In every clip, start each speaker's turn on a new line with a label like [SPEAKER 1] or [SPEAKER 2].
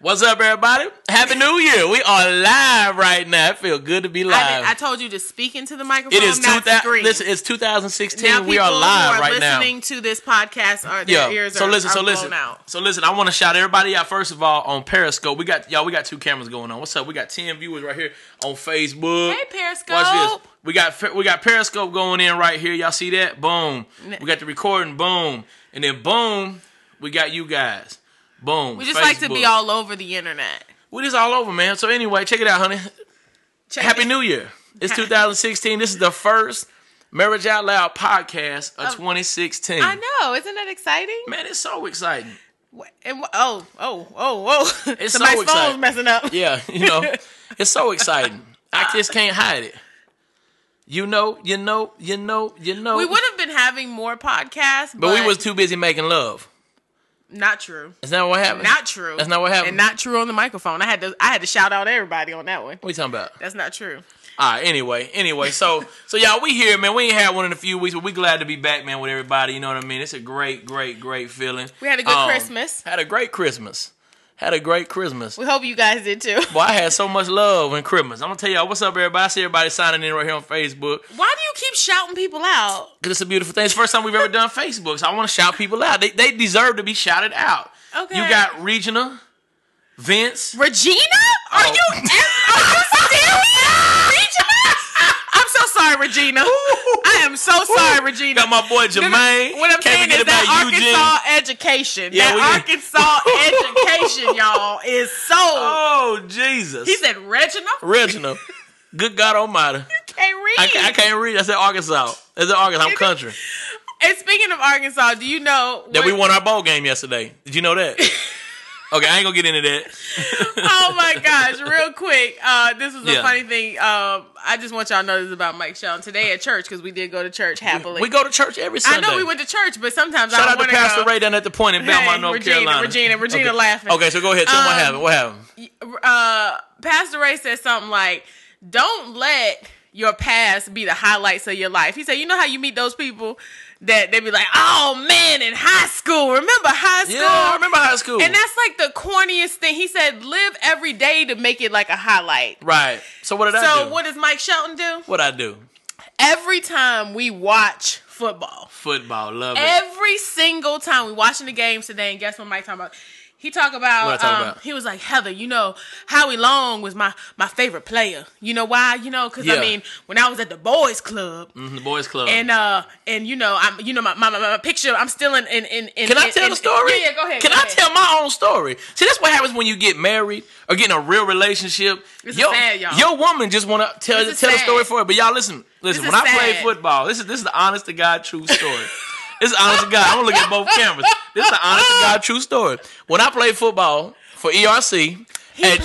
[SPEAKER 1] What's up, everybody? Happy New Year. We are live right now. It feel good to be live.
[SPEAKER 2] I, did- I told you to speak into the microphone.
[SPEAKER 1] it is two
[SPEAKER 2] not
[SPEAKER 1] thousand.
[SPEAKER 2] scream.
[SPEAKER 1] Listen, it's 2016.
[SPEAKER 2] now
[SPEAKER 1] we are
[SPEAKER 2] people who
[SPEAKER 1] live
[SPEAKER 2] are
[SPEAKER 1] right now.
[SPEAKER 2] listening to this podcast are their ears
[SPEAKER 1] so
[SPEAKER 2] are,
[SPEAKER 1] listen,
[SPEAKER 2] are
[SPEAKER 1] so
[SPEAKER 2] blown
[SPEAKER 1] listen,
[SPEAKER 2] out.
[SPEAKER 1] so listen. I want to shout everybody out first of all on Periscope. We got y'all. We got two cameras going on. What's up? We got ten viewers right here on Facebook.
[SPEAKER 2] Hey, Periscope.
[SPEAKER 1] Watch this. We got we got Periscope going in right here. Y'all see that? Boom. We got the recording. Boom. And then boom, we got you guys. Boom.
[SPEAKER 2] We just like to be
[SPEAKER 1] Facebook.
[SPEAKER 2] all over the internet.
[SPEAKER 1] We just all over, man. So anyway, check it out, honey.
[SPEAKER 2] Check
[SPEAKER 1] Happy
[SPEAKER 2] it.
[SPEAKER 1] New Year. It's 2016. This is the first Marriage Out Loud podcast of 2016.
[SPEAKER 2] I know, isn't that exciting?
[SPEAKER 1] Man, it's so exciting.
[SPEAKER 2] Wh- And wh- oh, oh, oh, oh!
[SPEAKER 1] It's so
[SPEAKER 2] Somebody's
[SPEAKER 1] exciting.
[SPEAKER 2] phone's messing up.
[SPEAKER 1] Yeah, you know, it's so exciting. I just can't hide it. You know, you know, you know, you know.
[SPEAKER 2] We would have been having more podcasts, but,
[SPEAKER 1] but we was too busy making love.
[SPEAKER 2] not true.
[SPEAKER 1] That's not what happened.
[SPEAKER 2] Not true.
[SPEAKER 1] That's not what happened.
[SPEAKER 2] And not true on the microphone. I had to. I had to shout out everybody on that one.
[SPEAKER 1] what are you talking about?
[SPEAKER 2] That's not true.
[SPEAKER 1] All right. Anyway, anyway, so so y'all, we here, man. We ain't had one in a few weeks, but we glad to be back, man, with everybody. You know what I mean? It's a great, great, great feeling. Um,
[SPEAKER 2] We had a good Christmas.
[SPEAKER 1] Had a great Christmas. Had a great Christmas.
[SPEAKER 2] We hope you guys did too.
[SPEAKER 1] Boy, I had so much love in Christmas. I'm gonna tell y'all what's up, everybody. I see everybody signing in right here on Facebook.
[SPEAKER 2] Why do you keep shouting people out?
[SPEAKER 1] Cause it's a beautiful thing. It's the first time we've ever done Facebook, so I want to shout people out. They they deserve to be shouted out.
[SPEAKER 2] Okay.
[SPEAKER 1] You got Regina, Vince.
[SPEAKER 2] Regina? Are
[SPEAKER 1] Oh.
[SPEAKER 2] you are you serious? Regina? I'm so sorry, Regina. I am so sorry, Regina.
[SPEAKER 1] Got my boy
[SPEAKER 2] No, no,
[SPEAKER 1] Jermaine.
[SPEAKER 2] What I'm
[SPEAKER 1] Can't
[SPEAKER 2] saying
[SPEAKER 1] forget
[SPEAKER 2] is that
[SPEAKER 1] about Eugene.
[SPEAKER 2] Arkansas education,
[SPEAKER 1] Yeah, we-
[SPEAKER 2] that Arkansas education, y'all, is so.
[SPEAKER 1] Oh Jesus!
[SPEAKER 2] He said Regina.
[SPEAKER 1] Regina. Good God Almighty!
[SPEAKER 2] Can't read.
[SPEAKER 1] I, ca- I can't read. I said Arkansas. It's said Arkansas. I'm country.
[SPEAKER 2] And speaking of Arkansas, do you know
[SPEAKER 1] That we
[SPEAKER 2] what-
[SPEAKER 1] won our bowl game yesterday. Did you know that? Okay, I ain't gonna get into that.
[SPEAKER 2] oh my gosh, real quick. Uh, this was a
[SPEAKER 1] Yeah.
[SPEAKER 2] funny thing. Um, I just want y'all to know this about Mike Shelton today at church because we did go to church happily.
[SPEAKER 1] We go to church every
[SPEAKER 2] I
[SPEAKER 1] Sunday.
[SPEAKER 2] know we went to church, but sometimes
[SPEAKER 1] Shout
[SPEAKER 2] I
[SPEAKER 1] out
[SPEAKER 2] don't
[SPEAKER 1] to
[SPEAKER 2] want
[SPEAKER 1] Pastor
[SPEAKER 2] to go.
[SPEAKER 1] Ray down at the point in Belmont,
[SPEAKER 2] Hey,
[SPEAKER 1] North
[SPEAKER 2] Regina,
[SPEAKER 1] Carolina.
[SPEAKER 2] Regina, Regina
[SPEAKER 1] okay.
[SPEAKER 2] laughing.
[SPEAKER 1] Okay, so go ahead. Tell me what
[SPEAKER 2] Um,
[SPEAKER 1] happened. What happened?
[SPEAKER 2] Uh, Pastor Ray said something like, "Don't let your past be the highlights of your life." He said, "You know how you meet those people that they be like, oh man, in high school. Remember high school?
[SPEAKER 1] Yeah, I remember high school.
[SPEAKER 2] And that's like the corniest thing. He said, "Live every day to make it like a highlight."
[SPEAKER 1] right. So what did I
[SPEAKER 2] So
[SPEAKER 1] do?
[SPEAKER 2] what does Mike Shelton do?
[SPEAKER 1] What I do?
[SPEAKER 2] Every time we watch football,
[SPEAKER 1] Football, love it.
[SPEAKER 2] every single time we watching the games today, and guess what Mike talking about? He talk about,
[SPEAKER 1] What I talk
[SPEAKER 2] um,
[SPEAKER 1] about?
[SPEAKER 2] he was like Heather, you know, Howie Long was my my favorite player. You know why? You know, because
[SPEAKER 1] Yeah.
[SPEAKER 2] I mean, when I was at the boys club,
[SPEAKER 1] Mhm, the boys club.
[SPEAKER 2] and uh, and you know, I'm you know my my, my, my picture, I'm still in in in. in
[SPEAKER 1] Can I
[SPEAKER 2] in-
[SPEAKER 1] tell
[SPEAKER 2] in-
[SPEAKER 1] the story?
[SPEAKER 2] Yeah, yeah, go ahead.
[SPEAKER 1] Can
[SPEAKER 2] go
[SPEAKER 1] I
[SPEAKER 2] ahead.
[SPEAKER 1] tell my own story? See, that's what happens when you get married or get in a real relationship.
[SPEAKER 2] This is
[SPEAKER 1] your,
[SPEAKER 2] sad, y'all.
[SPEAKER 1] your woman just want to tell
[SPEAKER 2] This is
[SPEAKER 1] tell the
[SPEAKER 2] sad.
[SPEAKER 1] story for it. But y'all listen, listen.
[SPEAKER 2] This
[SPEAKER 1] When I
[SPEAKER 2] is
[SPEAKER 1] played
[SPEAKER 2] sad.
[SPEAKER 1] football, this is this is the honest to God true story. this is honest to God. I'm gonna look at both cameras. This is the honest to God true story. When I played football for E ERC,
[SPEAKER 2] He played.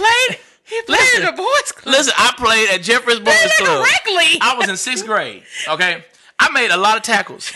[SPEAKER 2] He played
[SPEAKER 1] Listen,
[SPEAKER 2] in the boys club.
[SPEAKER 1] Listen, I played at Jeffrey's Boys
[SPEAKER 2] Played
[SPEAKER 1] Club.
[SPEAKER 2] indirectly.
[SPEAKER 1] I was in sixth grade. Okay, I made a lot of tackles.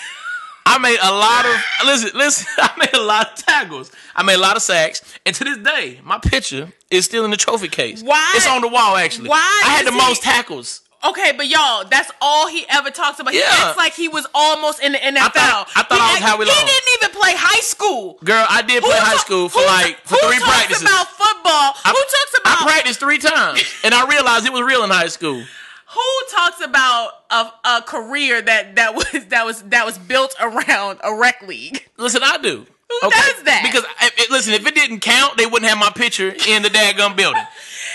[SPEAKER 1] I made a lot of listen, listen. I made a lot of tackles. I made a lot of sacks, and to this day, my picture is still in the trophy case.
[SPEAKER 2] Why-
[SPEAKER 1] It's on the wall actually.
[SPEAKER 2] why
[SPEAKER 1] I had the
[SPEAKER 2] is he-
[SPEAKER 1] most tackles.
[SPEAKER 2] Okay, but y'all, that's all he ever talks about.
[SPEAKER 1] Yeah.
[SPEAKER 2] He acts like he was almost in the NFL.
[SPEAKER 1] thought- I thought
[SPEAKER 2] he
[SPEAKER 1] I was Howie Long.
[SPEAKER 2] He didn't even play high school.
[SPEAKER 1] Girl, I did play
[SPEAKER 2] Who
[SPEAKER 1] high
[SPEAKER 2] ta-
[SPEAKER 1] school for
[SPEAKER 2] who ta-
[SPEAKER 1] like for
[SPEAKER 2] who
[SPEAKER 1] three
[SPEAKER 2] talks
[SPEAKER 1] practices.
[SPEAKER 2] about football?
[SPEAKER 1] I-
[SPEAKER 2] who talks
[SPEAKER 1] I
[SPEAKER 2] about
[SPEAKER 1] practiced three times, and I realized it was real in high school.
[SPEAKER 2] who talks about a, a career that that was that was that was built around a rec league?
[SPEAKER 1] Listen, I do.
[SPEAKER 2] Who does that?
[SPEAKER 1] Because I- it, listen, if it didn't count, they wouldn't have my picture in the daggum building.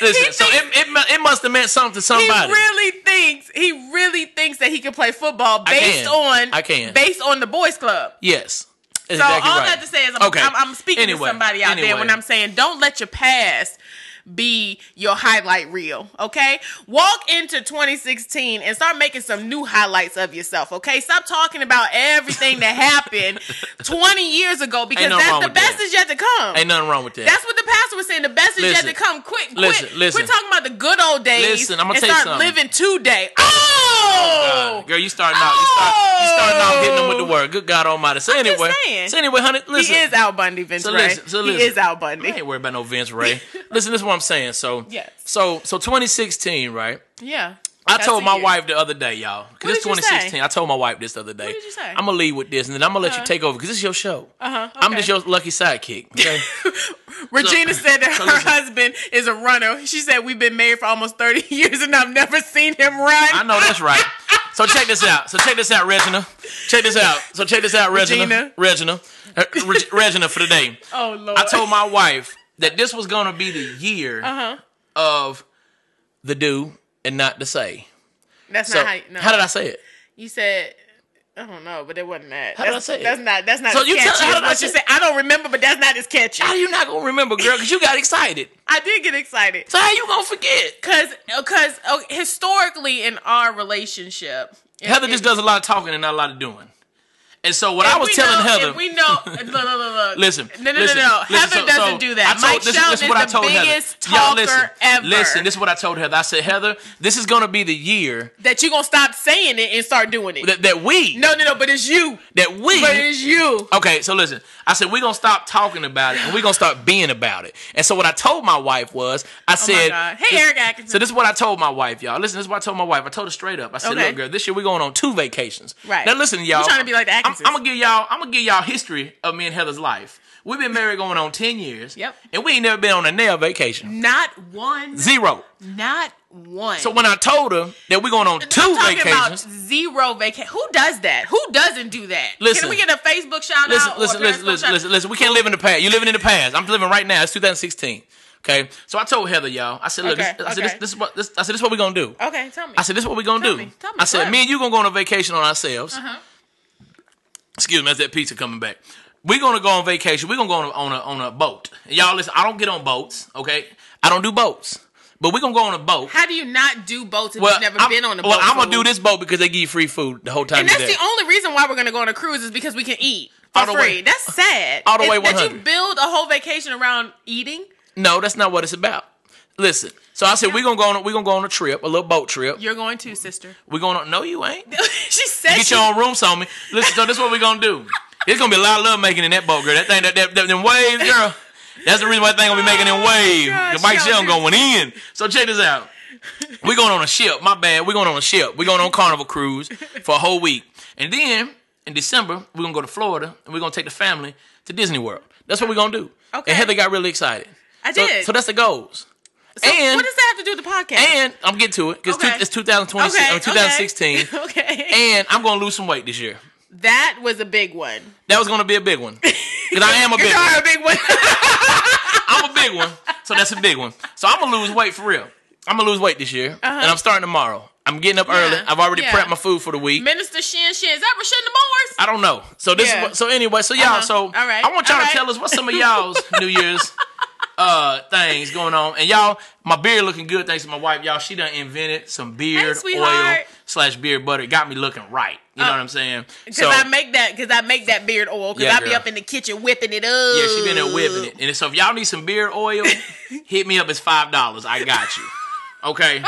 [SPEAKER 1] Listen,
[SPEAKER 2] He
[SPEAKER 1] so it,
[SPEAKER 2] thinks-
[SPEAKER 1] it mu- it must have meant something to
[SPEAKER 2] He
[SPEAKER 1] somebody.
[SPEAKER 2] really thinks he really thinks that he can play football
[SPEAKER 1] I
[SPEAKER 2] based
[SPEAKER 1] can.
[SPEAKER 2] on
[SPEAKER 1] I can.
[SPEAKER 2] based on the boys club.
[SPEAKER 1] yes, That's
[SPEAKER 2] So
[SPEAKER 1] exactly
[SPEAKER 2] all
[SPEAKER 1] right.
[SPEAKER 2] that to say is, I'm,
[SPEAKER 1] Okay.
[SPEAKER 2] I'm, I'm speaking
[SPEAKER 1] Anyway,
[SPEAKER 2] to somebody out there
[SPEAKER 1] anyway.
[SPEAKER 2] when I'm saying, don't let your past be your highlight reel. Okay, walk into 2016 and start making some new highlights of yourself. Okay, stop talking about everything that happened 20 years ago because
[SPEAKER 1] nothing wrong
[SPEAKER 2] that's the
[SPEAKER 1] with
[SPEAKER 2] best
[SPEAKER 1] that.
[SPEAKER 2] is yet to come.
[SPEAKER 1] ain't nothing wrong with that.
[SPEAKER 2] that's what the pastor was saying. The best is
[SPEAKER 1] Listen.
[SPEAKER 2] yet to come. Quick, quick.
[SPEAKER 1] Listen, listen.
[SPEAKER 2] Quit talking about the good old days
[SPEAKER 1] Listen, I'ma
[SPEAKER 2] and
[SPEAKER 1] tell you
[SPEAKER 2] start
[SPEAKER 1] something.
[SPEAKER 2] living today. Oh,
[SPEAKER 1] God. Uh, Girl, you starting out, you start, you starting out hitting them with the
[SPEAKER 2] Oh.
[SPEAKER 1] word. Good God Almighty. So
[SPEAKER 2] just
[SPEAKER 1] anyway,
[SPEAKER 2] saying.
[SPEAKER 1] so anyway, honey,
[SPEAKER 2] He
[SPEAKER 1] listen.
[SPEAKER 2] is Al Bundy, Vince
[SPEAKER 1] So
[SPEAKER 2] Ray.
[SPEAKER 1] listen, so
[SPEAKER 2] he
[SPEAKER 1] listen.
[SPEAKER 2] is Al
[SPEAKER 1] I
[SPEAKER 2] Bundy.
[SPEAKER 1] ain't worried about no Vince Ray. listen, this is what I'm saying. So
[SPEAKER 2] Yes.
[SPEAKER 1] so so 2016, right?
[SPEAKER 2] Yeah.
[SPEAKER 1] I told
[SPEAKER 2] a
[SPEAKER 1] my
[SPEAKER 2] year.
[SPEAKER 1] wife the other day, y'all. Because it's
[SPEAKER 2] did you say?
[SPEAKER 1] 2016. I told my wife this the other day.
[SPEAKER 2] did you say?
[SPEAKER 1] I'm gonna leave with this, and then I'm gonna let you take over because this is your show.
[SPEAKER 2] Uh-huh,
[SPEAKER 1] I'm
[SPEAKER 2] okay.
[SPEAKER 1] just your lucky sidekick. Okay.
[SPEAKER 2] Regina
[SPEAKER 1] So-
[SPEAKER 2] said that
[SPEAKER 1] so
[SPEAKER 2] her
[SPEAKER 1] listen.
[SPEAKER 2] husband is a runner. She said we've been married for almost thirty years and I've never seen him run.
[SPEAKER 1] I know that's right. So check this out. So check this out, Regina. Check this out. So check this out, Regina. Regina. Uh, Reg- Regina for the day.
[SPEAKER 2] Oh lord!
[SPEAKER 1] I told my wife that this was gonna be the year
[SPEAKER 2] Uh-huh.
[SPEAKER 1] of the do and not the say.
[SPEAKER 2] that's
[SPEAKER 1] So
[SPEAKER 2] not how. You, no.
[SPEAKER 1] how did I say it?
[SPEAKER 2] you said? I don't know, but it wasn't that.
[SPEAKER 1] How did I
[SPEAKER 2] that's,
[SPEAKER 1] say it?
[SPEAKER 2] That's not. That's not.
[SPEAKER 1] So
[SPEAKER 2] as
[SPEAKER 1] you tell-
[SPEAKER 2] catchy
[SPEAKER 1] how
[SPEAKER 2] as
[SPEAKER 1] did I
[SPEAKER 2] what you
[SPEAKER 1] say-
[SPEAKER 2] said. I don't remember, but that's not as catchy.
[SPEAKER 1] How you not gonna remember, girl? Because you got excited.
[SPEAKER 2] I did get excited.
[SPEAKER 1] So how you gonna forget?
[SPEAKER 2] Cause, cause oh, historically in our relationship, in-
[SPEAKER 1] Heather
[SPEAKER 2] in-
[SPEAKER 1] just does a lot of talking and not a lot of doing. And so what I
[SPEAKER 2] if
[SPEAKER 1] was
[SPEAKER 2] we
[SPEAKER 1] telling
[SPEAKER 2] know,
[SPEAKER 1] Heather,
[SPEAKER 2] If we know, look, look, look, look.
[SPEAKER 1] listen,
[SPEAKER 2] no, no,
[SPEAKER 1] listen,
[SPEAKER 2] no, no.
[SPEAKER 1] listen,
[SPEAKER 2] Heather
[SPEAKER 1] so-
[SPEAKER 2] doesn't
[SPEAKER 1] so
[SPEAKER 2] do
[SPEAKER 1] I
[SPEAKER 2] that.
[SPEAKER 1] told-
[SPEAKER 2] Mike
[SPEAKER 1] this-
[SPEAKER 2] Sheldon
[SPEAKER 1] this
[SPEAKER 2] is
[SPEAKER 1] what I
[SPEAKER 2] the
[SPEAKER 1] told Heather.
[SPEAKER 2] biggest
[SPEAKER 1] Y'all,
[SPEAKER 2] talker
[SPEAKER 1] listen,
[SPEAKER 2] ever.
[SPEAKER 1] Listen, this is what I told Heather. I said, Heather, this is gonna be the year
[SPEAKER 2] that you gonna stop saying it and start doing it.
[SPEAKER 1] that, that we,
[SPEAKER 2] no, no, no. But it's you.
[SPEAKER 1] that we.
[SPEAKER 2] But it's you. Oh
[SPEAKER 1] Okay, so listen, I said we're gonna stop talking about it and we're gonna start being about it. And so what I told my wife was, I
[SPEAKER 2] Oh my
[SPEAKER 1] said,
[SPEAKER 2] God. Hey, Eric Atkinson.
[SPEAKER 1] So this is what I told my wife, y'all. Listen, this is what I told my wife. I told her straight up. I said,
[SPEAKER 2] Okay.
[SPEAKER 1] "Look, girl, this year we're going on two vacations."
[SPEAKER 2] Right.
[SPEAKER 1] Now, listen, y'all.
[SPEAKER 2] You trying to be like the
[SPEAKER 1] I'm,
[SPEAKER 2] Atkinsons.
[SPEAKER 1] I'm gonna give y'all. I'm gonna give y'all history of me and Heather's life. We've been married going on ten years.
[SPEAKER 2] Yep.
[SPEAKER 1] And we ain't never been on a nail vacation.
[SPEAKER 2] not one.
[SPEAKER 1] Zero.
[SPEAKER 2] Not one.
[SPEAKER 1] So when I told her that we're going on 2
[SPEAKER 2] I'm talking
[SPEAKER 1] vacations,
[SPEAKER 2] about zero vacation. Who does that? Who doesn't do that?
[SPEAKER 1] Listen.
[SPEAKER 2] Can we get a Facebook shout
[SPEAKER 1] listen,
[SPEAKER 2] out?
[SPEAKER 1] listen,
[SPEAKER 2] or a
[SPEAKER 1] listen,
[SPEAKER 2] Periscope
[SPEAKER 1] listen,
[SPEAKER 2] shout-
[SPEAKER 1] listen, listen. We can't live in the past. You're living in the past. I'm living right now. It's 2016. Okay. So I told Heather, y'all. I said, look,
[SPEAKER 2] Okay,
[SPEAKER 1] this, I said, this,
[SPEAKER 2] okay.
[SPEAKER 1] this is what this, I said, this is what we're gonna do.
[SPEAKER 2] Okay, tell me.
[SPEAKER 1] I said, this is what we're gonna
[SPEAKER 2] Tell
[SPEAKER 1] do.
[SPEAKER 2] me, tell me,
[SPEAKER 1] I said,
[SPEAKER 2] what?
[SPEAKER 1] me and you gonna go on a vacation on ourselves.
[SPEAKER 2] Uh-huh.
[SPEAKER 1] Excuse me, that's that pizza coming back. We're gonna go on vacation. We're gonna go on a, on a on a boat. Y'all listen, I don't get on boats, okay? I don't do boats. But we're gonna go on a boat.
[SPEAKER 2] How do you not do boats if you've never
[SPEAKER 1] I'm,
[SPEAKER 2] been on a boat?
[SPEAKER 1] well, I'm gonna
[SPEAKER 2] fool?
[SPEAKER 1] do this boat because they give you free food the whole time.
[SPEAKER 2] And
[SPEAKER 1] you're
[SPEAKER 2] that's
[SPEAKER 1] there.
[SPEAKER 2] the only reason why we're gonna go on a cruise is because we can eat for
[SPEAKER 1] All the
[SPEAKER 2] free.
[SPEAKER 1] way-
[SPEAKER 2] That's sad.
[SPEAKER 1] all the way
[SPEAKER 2] It's- That you
[SPEAKER 1] 100.
[SPEAKER 2] build a whole vacation around eating.
[SPEAKER 1] No, that's not what it's about. Listen. So I said we're gonna go on a, we're gonna go on a trip, a little boat trip.
[SPEAKER 2] You're going to, sister.
[SPEAKER 1] We're going on no you ain't.
[SPEAKER 2] she said
[SPEAKER 1] Get
[SPEAKER 2] she,
[SPEAKER 1] your own room on me. Listen, so this is what we're gonna do. It's gonna be a lot of love making in that boat, girl. That thing that, that, that them waves, girl. That's the reason why that thing gonna be making them
[SPEAKER 2] Oh,
[SPEAKER 1] waves.
[SPEAKER 2] gosh,
[SPEAKER 1] Mike
[SPEAKER 2] y'all
[SPEAKER 1] Sheldon
[SPEAKER 2] do-
[SPEAKER 1] going in. So check this out. We're going on a ship. My bad. We're going on a ship. We're going on Carnival Cruise for a whole week. And then in December, we're gonna go to Florida and we're gonna take the family to Disney World. That's what we're gonna do.
[SPEAKER 2] Okay.
[SPEAKER 1] And Heather got really excited.
[SPEAKER 2] I
[SPEAKER 1] So-
[SPEAKER 2] did.
[SPEAKER 1] So, that's the goals.
[SPEAKER 2] So
[SPEAKER 1] and
[SPEAKER 2] what does that have to do with the podcast?
[SPEAKER 1] and I'm getting to it because
[SPEAKER 2] Okay.
[SPEAKER 1] it's 2020,
[SPEAKER 2] okay,
[SPEAKER 1] or 2016,
[SPEAKER 2] Okay. okay.
[SPEAKER 1] and I'm gonna lose some weight this year.
[SPEAKER 2] that was a big one.
[SPEAKER 1] That was gonna be a big one because I am a
[SPEAKER 2] You're
[SPEAKER 1] big one.
[SPEAKER 2] a big one.
[SPEAKER 1] I'm a big one, so that's a big one. So I'm gonna lose weight for real. I'm gonna lose weight this year, and I'm starting tomorrow. I'm getting up early. I've already
[SPEAKER 2] Uh-huh. yeah.
[SPEAKER 1] prepped my food for the week.
[SPEAKER 2] Minister Shin Shin. Is that Rashinda Moores?
[SPEAKER 1] I don't know. So this
[SPEAKER 2] Yeah.
[SPEAKER 1] is what, so anyway. So y'all. all
[SPEAKER 2] Uh-huh.
[SPEAKER 1] So
[SPEAKER 2] All right.
[SPEAKER 1] I want y'all all
[SPEAKER 2] All right.
[SPEAKER 1] to tell us what's some of y'all's New Year's uh things going on, and y'all. My beard looking good thanks to my wife. Y'all, she done invented some beard oil
[SPEAKER 2] sweetheart.
[SPEAKER 1] slash beard butter. It got me looking right. You know what I'm saying?
[SPEAKER 2] Because I make that because I make that beard oil because
[SPEAKER 1] Yeah,
[SPEAKER 2] I be
[SPEAKER 1] girl.
[SPEAKER 2] up in the kitchen whipping it up.
[SPEAKER 1] Yeah, she been there whipping it. And so if y'all need some beard oil, hit me up. It's five dollars. I got you. Okay.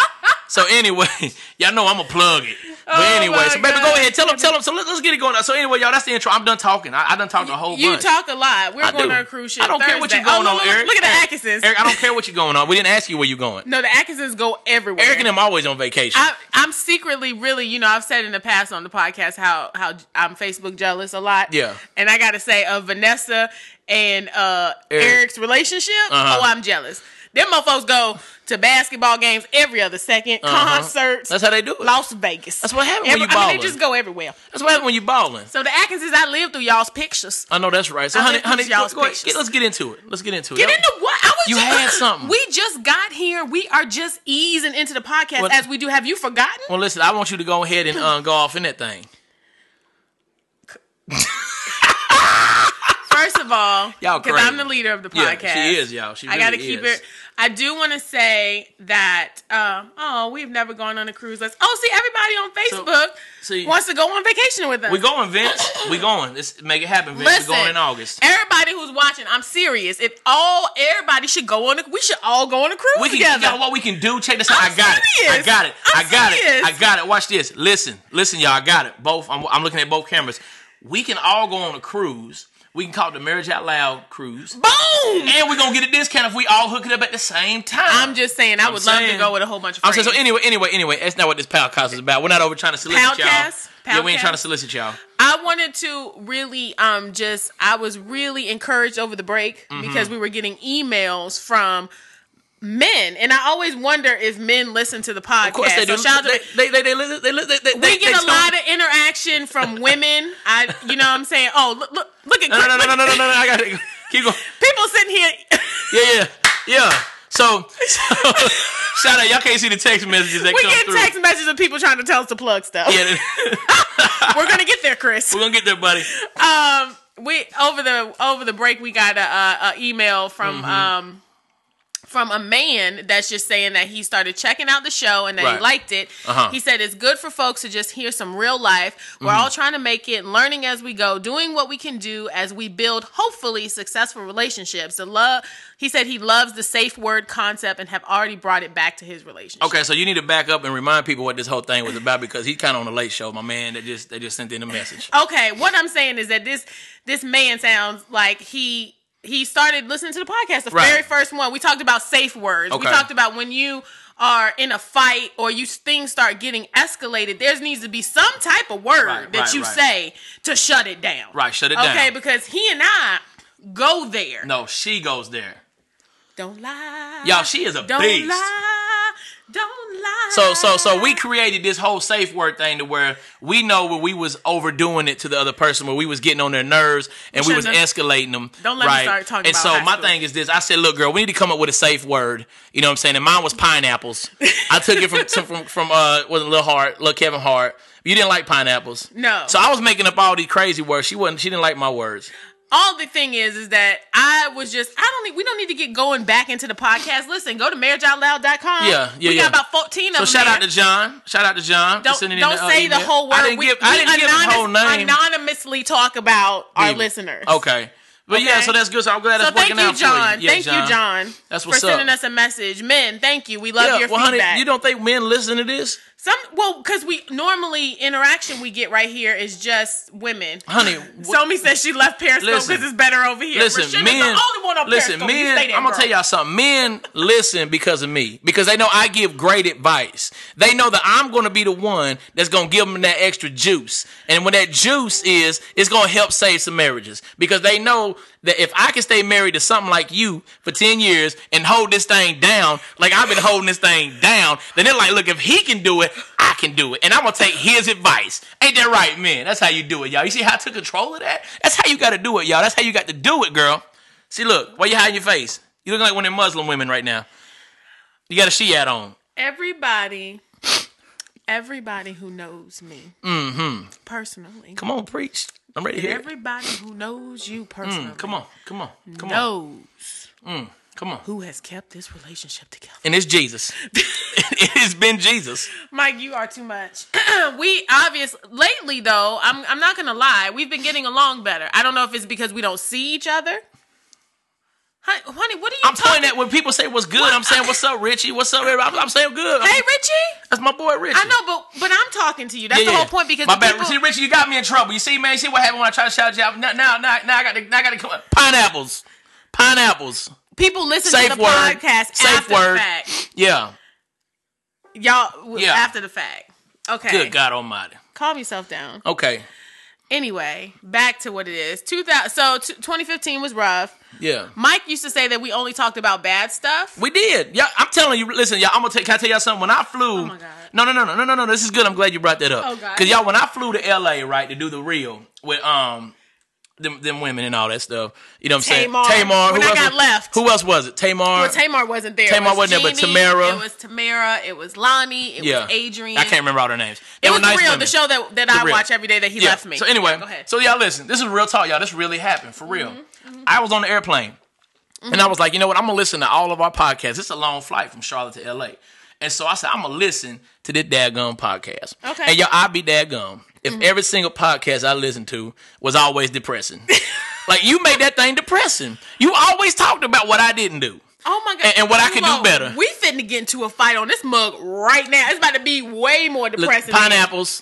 [SPEAKER 1] So anyway, y'all know I'm gonna plug it. But
[SPEAKER 2] Oh,
[SPEAKER 1] anyway,
[SPEAKER 2] my
[SPEAKER 1] so baby, go
[SPEAKER 2] God.
[SPEAKER 1] ahead. Tell them, tell them. So let, us get it going. So anyway, y'all, that's the intro. I'm done talking. I, I done talked a whole
[SPEAKER 2] You
[SPEAKER 1] bunch.
[SPEAKER 2] talk a lot. We're
[SPEAKER 1] I
[SPEAKER 2] going
[SPEAKER 1] do.
[SPEAKER 2] on a cruise ship.
[SPEAKER 1] I don't care what you're
[SPEAKER 2] Thursday.
[SPEAKER 1] going
[SPEAKER 2] oh,
[SPEAKER 1] on,
[SPEAKER 2] look, look,
[SPEAKER 1] Eric.
[SPEAKER 2] Look at
[SPEAKER 1] Eric,
[SPEAKER 2] the Atkinsons.
[SPEAKER 1] Eric, I don't care what you're going on. We didn't ask you where you're going.
[SPEAKER 2] No, the Atkinsons go everywhere.
[SPEAKER 1] Eric and them always on vacation.
[SPEAKER 2] I, I'm secretly really, you know, I've said in the past on the podcast how how I'm Facebook jealous a lot.
[SPEAKER 1] Yeah.
[SPEAKER 2] And I gotta say, of Vanessa and uh,
[SPEAKER 1] Eric.
[SPEAKER 2] Eric's relationship,
[SPEAKER 1] Uh-huh.
[SPEAKER 2] oh, I'm jealous. Them motherfuckers go to basketball games every other 2nd
[SPEAKER 1] Uh-huh.
[SPEAKER 2] concerts,
[SPEAKER 1] That's how they do it.
[SPEAKER 2] Las Vegas.
[SPEAKER 1] That's what happens when
[SPEAKER 2] Every-
[SPEAKER 1] you
[SPEAKER 2] I mean,
[SPEAKER 1] balling.
[SPEAKER 2] they just go everywhere.
[SPEAKER 1] That's what happens when you balling.
[SPEAKER 2] So the Atkinsons, I live through y'all's pictures.
[SPEAKER 1] I know that's right. So
[SPEAKER 2] I
[SPEAKER 1] honey,
[SPEAKER 2] like
[SPEAKER 1] honey,
[SPEAKER 2] these
[SPEAKER 1] go,
[SPEAKER 2] y'all's
[SPEAKER 1] go ahead.
[SPEAKER 2] pictures.
[SPEAKER 1] Get- let's get into it. Let's get into it.
[SPEAKER 2] Get into what? I was
[SPEAKER 1] You
[SPEAKER 2] just,
[SPEAKER 1] had something.
[SPEAKER 2] We just got here. We are just easing into the podcast
[SPEAKER 1] Well-
[SPEAKER 2] as we do. Have you forgotten?
[SPEAKER 1] well, listen, I want you to go ahead and uh, go off in that thing.
[SPEAKER 2] First of all,
[SPEAKER 1] Y'all
[SPEAKER 2] because I'm
[SPEAKER 1] crazy.
[SPEAKER 2] the leader of the
[SPEAKER 1] Yeah,
[SPEAKER 2] podcast.
[SPEAKER 1] she is, y'all. She
[SPEAKER 2] I gotta
[SPEAKER 1] really
[SPEAKER 2] keep
[SPEAKER 1] is.
[SPEAKER 2] it. I do want to say that. Uh, oh, we've never gone on a cruise. Let's. Oh, see, everybody on Facebook
[SPEAKER 1] see-
[SPEAKER 2] wants to go on vacation with us.
[SPEAKER 1] We going, Vince. We going. Let's make it happen, Vince.
[SPEAKER 2] Listen,
[SPEAKER 1] we going in August.
[SPEAKER 2] Everybody who's watching, I'm serious. If all everybody should go on, a, we should all go on a cruise
[SPEAKER 1] We can,
[SPEAKER 2] together.
[SPEAKER 1] y'all, what we can do? Check this out.
[SPEAKER 2] I'm
[SPEAKER 1] I got it. I
[SPEAKER 2] serious.
[SPEAKER 1] got it.
[SPEAKER 2] I'm
[SPEAKER 1] I got it.
[SPEAKER 2] serious.
[SPEAKER 1] I got it. Watch this. Listen, listen, y'all. I got it. Both. I'm, I'm looking at both cameras. We can all go on a cruise. We can call it the Marriage Out Loud cruise.
[SPEAKER 2] Boom!
[SPEAKER 1] And we're gonna get a discount if we all hook it up at the same time.
[SPEAKER 2] I'm just saying, I would love to
[SPEAKER 1] saying.
[SPEAKER 2] go with a whole bunch of
[SPEAKER 1] I'm
[SPEAKER 2] friends.
[SPEAKER 1] saying so anyway, anyway, anyway, that's not what this podcast is about. We're not over trying to solicit y'all.
[SPEAKER 2] Podcast?
[SPEAKER 1] Yeah, we ain't
[SPEAKER 2] Podcast?
[SPEAKER 1] trying to solicit y'all.
[SPEAKER 2] I wanted to really um just I was really encouraged over the break
[SPEAKER 1] Mm-hmm.
[SPEAKER 2] because we were getting emails from men and I always wonder if men listen to the podcast.
[SPEAKER 1] Of course they do.
[SPEAKER 2] So shout out to-
[SPEAKER 1] they, they, they, they, they, they, they,
[SPEAKER 2] we get a
[SPEAKER 1] stone-
[SPEAKER 2] lot of interaction from women. I you know what I'm saying? Oh, look look, look at
[SPEAKER 1] No, no, no, no, no, no,
[SPEAKER 2] look-
[SPEAKER 1] no, no. I got it. Keep going.
[SPEAKER 2] people sitting here
[SPEAKER 1] Yeah, yeah, yeah. So, so shout out. Y'all can't see the text messages that
[SPEAKER 2] we
[SPEAKER 1] come
[SPEAKER 2] get
[SPEAKER 1] through.
[SPEAKER 2] text messages of people trying to tell us to plug stuff.
[SPEAKER 1] Yeah,
[SPEAKER 2] We're going to get there, Chris.
[SPEAKER 1] we're gonna get there, buddy.
[SPEAKER 2] um we over the over the break we got a, a, a email from
[SPEAKER 1] Mm-hmm.
[SPEAKER 2] um from a man that's just saying that he started checking out the show and that
[SPEAKER 1] Right.
[SPEAKER 2] he liked it.
[SPEAKER 1] Uh-huh. Mm-hmm.
[SPEAKER 2] He said it's good for folks to just hear some real life. We're all trying to make it, learning as we go, doing what we can do as we build hopefully successful relationships. The love he said he loves the safe word concept and have already brought it back to his relationship.
[SPEAKER 1] Okay, so you need to back up and remind people what this whole thing was about because he's kind of on the late show, my man. That just they just sent in a message.
[SPEAKER 2] Okay, what I'm saying is that this this man sounds like he he started listening to the podcast, the
[SPEAKER 1] Right.
[SPEAKER 2] very first one. We talked about safe words. We
[SPEAKER 1] Okay.
[SPEAKER 2] talked about when you are in a fight or you things start getting escalated. There needs to be some type of word
[SPEAKER 1] Right,
[SPEAKER 2] that
[SPEAKER 1] right,
[SPEAKER 2] you
[SPEAKER 1] right.
[SPEAKER 2] say to shut it down.
[SPEAKER 1] Right, shut it
[SPEAKER 2] Okay,
[SPEAKER 1] down.
[SPEAKER 2] because he and I go there.
[SPEAKER 1] No, she goes there.
[SPEAKER 2] Don't lie.
[SPEAKER 1] Y'all, she is a
[SPEAKER 2] Don't
[SPEAKER 1] beast.
[SPEAKER 2] lie. Don't lie.
[SPEAKER 1] So so so we created this whole safe word thing to where we know where we was overdoing it to the other person, where we was getting on their nerves and we was
[SPEAKER 2] Shouldn't have-
[SPEAKER 1] escalating them.
[SPEAKER 2] Don't let me
[SPEAKER 1] right?
[SPEAKER 2] start talking
[SPEAKER 1] And
[SPEAKER 2] about
[SPEAKER 1] so
[SPEAKER 2] high
[SPEAKER 1] my
[SPEAKER 2] school.
[SPEAKER 1] thing is this: I said, look, girl, we need to come up with a safe word. You know what I'm saying? And mine was pineapples. I took it from some, from from uh was Lil Hart, Lil Kevin Hart. You didn't like pineapples,
[SPEAKER 2] No.
[SPEAKER 1] So I was making up all these crazy words. She wasn't. She didn't like my words.
[SPEAKER 2] all the thing is is that I was just I don't need we don't need to get going back into the podcast. Listen, go to marriageoutloud.com.
[SPEAKER 1] Yeah, yeah,
[SPEAKER 2] We
[SPEAKER 1] yeah.
[SPEAKER 2] got about 14
[SPEAKER 1] So
[SPEAKER 2] of them.
[SPEAKER 1] shout out to
[SPEAKER 2] there.
[SPEAKER 1] John. Shout out to John. for
[SPEAKER 2] Oh, don't,
[SPEAKER 1] sending in
[SPEAKER 2] don't
[SPEAKER 1] the, uh,
[SPEAKER 2] say the
[SPEAKER 1] email.
[SPEAKER 2] whole word.
[SPEAKER 1] I didn't
[SPEAKER 2] we,
[SPEAKER 1] give. I
[SPEAKER 2] we
[SPEAKER 1] didn't give his whole
[SPEAKER 2] anonymous-
[SPEAKER 1] name.
[SPEAKER 2] anonymously talk about our
[SPEAKER 1] people.
[SPEAKER 2] listeners.
[SPEAKER 1] Okay. But yeah,
[SPEAKER 2] Okay?
[SPEAKER 1] so that's good. So I'm glad
[SPEAKER 2] So
[SPEAKER 1] that's
[SPEAKER 2] thank
[SPEAKER 1] working
[SPEAKER 2] you,
[SPEAKER 1] out for
[SPEAKER 2] John.
[SPEAKER 1] you. Yeah,
[SPEAKER 2] thank you, John.
[SPEAKER 1] That's
[SPEAKER 2] for
[SPEAKER 1] what's up.
[SPEAKER 2] sending us a message. Men, thank you. We love
[SPEAKER 1] Yeah,
[SPEAKER 2] your
[SPEAKER 1] well,
[SPEAKER 2] feedback.
[SPEAKER 1] honey, you don't think men listen to this?
[SPEAKER 2] Some well, because we normally interaction we get right here is just women.
[SPEAKER 1] Honey, what-
[SPEAKER 2] Somi says she left Periscope because
[SPEAKER 1] Listen.
[SPEAKER 2] it's better over here.
[SPEAKER 1] listen,
[SPEAKER 2] Rashida's
[SPEAKER 1] men.
[SPEAKER 2] the only one on
[SPEAKER 1] listen,
[SPEAKER 2] Periscope. You
[SPEAKER 1] men.
[SPEAKER 2] stay there,
[SPEAKER 1] I'm gonna
[SPEAKER 2] girl.
[SPEAKER 1] tell y'all something. Men listen because of me, because they know I give great advice. They know that I'm gonna be the one that's gonna give them that extra juice, and when that juice is, it's gonna help save some marriages because they know that if I can stay married to something like you for ten years and hold this thing down, like I've been holding this thing down, then they're like, look, if he can do it, I can do it, and I'm gonna take his advice. Ain't that right, man? That's how you do it, y'all. You see how I took control of that? That's how you got to do it, y'all. That's how you got to do it, girl. See, look, why you hiding your face? You look like one of them Muslim women right now. You got a shiat on.
[SPEAKER 2] everybody everybody who knows me
[SPEAKER 1] Mm-hmm.
[SPEAKER 2] personally
[SPEAKER 1] Come on, preach. I'm ready to hear. it.
[SPEAKER 2] everybody who knows you personally
[SPEAKER 1] Mm, Come on, come on, come on,
[SPEAKER 2] knows
[SPEAKER 1] come on.
[SPEAKER 2] who has kept this relationship together
[SPEAKER 1] And it's Jesus. it's been Jesus.
[SPEAKER 2] mike you are too much we obvious lately though I'm, I'm not gonna lie we've been getting along better i don't know if it's because we don't see each other Hon- honey what are you
[SPEAKER 1] I'm
[SPEAKER 2] talking
[SPEAKER 1] pointing at when people say what's good. I'm saying what's up, Richie. What's up, everybody? I'm, I'm saying good.
[SPEAKER 2] hey richie
[SPEAKER 1] That's my boy, Richie.
[SPEAKER 2] i know but but i'm talking to you that's the whole point because
[SPEAKER 1] my
[SPEAKER 2] the
[SPEAKER 1] bad.
[SPEAKER 2] people-
[SPEAKER 1] See, Richie, you got me in trouble. You see, man, you see what happened when I tried to shout you out. Now, now, now, now I got to, now I got to come up. Pineapples, pineapples.
[SPEAKER 2] people listen
[SPEAKER 1] Safe
[SPEAKER 2] to the
[SPEAKER 1] word.
[SPEAKER 2] podcast
[SPEAKER 1] Safe
[SPEAKER 2] after
[SPEAKER 1] word.
[SPEAKER 2] the fact
[SPEAKER 1] Yeah.
[SPEAKER 2] Y'all w
[SPEAKER 1] Yeah.
[SPEAKER 2] after the fact. Okay.
[SPEAKER 1] Good God Almighty.
[SPEAKER 2] Calm yourself down.
[SPEAKER 1] Okay.
[SPEAKER 2] Anyway, back to what it is. 2000 so t- 2015 was rough.
[SPEAKER 1] Yeah.
[SPEAKER 2] Mike used to say that we only talked about bad stuff.
[SPEAKER 1] We did. Yeah, I'm telling you. Listen, y'all. I'm gonna tell. Can I tell y'all something? When I flew,
[SPEAKER 2] Oh my God.
[SPEAKER 1] no, no, no, no, no, no, no. This is good. I'm glad you brought that up.
[SPEAKER 2] Oh, God.
[SPEAKER 1] Cause y'all, when I flew to L.A. right to do the real with um. Them, them women and all that stuff. You know what I'm
[SPEAKER 2] Tamar.
[SPEAKER 1] saying? Tamar.
[SPEAKER 2] When
[SPEAKER 1] who
[SPEAKER 2] I
[SPEAKER 1] else
[SPEAKER 2] got
[SPEAKER 1] was,
[SPEAKER 2] left.
[SPEAKER 1] Who else was it? Tamar.
[SPEAKER 2] Well, Tamar wasn't there. It
[SPEAKER 1] Tamar
[SPEAKER 2] was
[SPEAKER 1] wasn't there, but
[SPEAKER 2] Jeannie,
[SPEAKER 1] Tamara-
[SPEAKER 2] It was Tamara. It was Lonnie. It
[SPEAKER 1] yeah.
[SPEAKER 2] was Adrian.
[SPEAKER 1] I can't remember all their names. They
[SPEAKER 2] It
[SPEAKER 1] were
[SPEAKER 2] was
[SPEAKER 1] nice
[SPEAKER 2] real.
[SPEAKER 1] women.
[SPEAKER 2] The show that that I
[SPEAKER 1] Real.
[SPEAKER 2] watch every day that he
[SPEAKER 1] Yeah.
[SPEAKER 2] left me.
[SPEAKER 1] So anyway,
[SPEAKER 2] go ahead. Mm-hmm.
[SPEAKER 1] so y'all listen. This is real talk, y'all. This really happened for real. I was on the airplane, and I was like, you know what? I'm gonna listen to all of our podcasts. It's a long flight from Charlotte to L.A., and so I said, I'm gonna listen to this dadgum podcast.
[SPEAKER 2] Okay. Mm-hmm.
[SPEAKER 1] And y'all, I'd be dadgum if every single podcast I listened to was always depressing. like you made that thing depressing. You always talked about what I didn't do.
[SPEAKER 2] oh my god.
[SPEAKER 1] and- and what I could do
[SPEAKER 2] Lord,
[SPEAKER 1] better.
[SPEAKER 2] We finna get into a fight on this mug right now. It's about to be way more
[SPEAKER 1] Look,
[SPEAKER 2] depressing. than-
[SPEAKER 1] pineapples.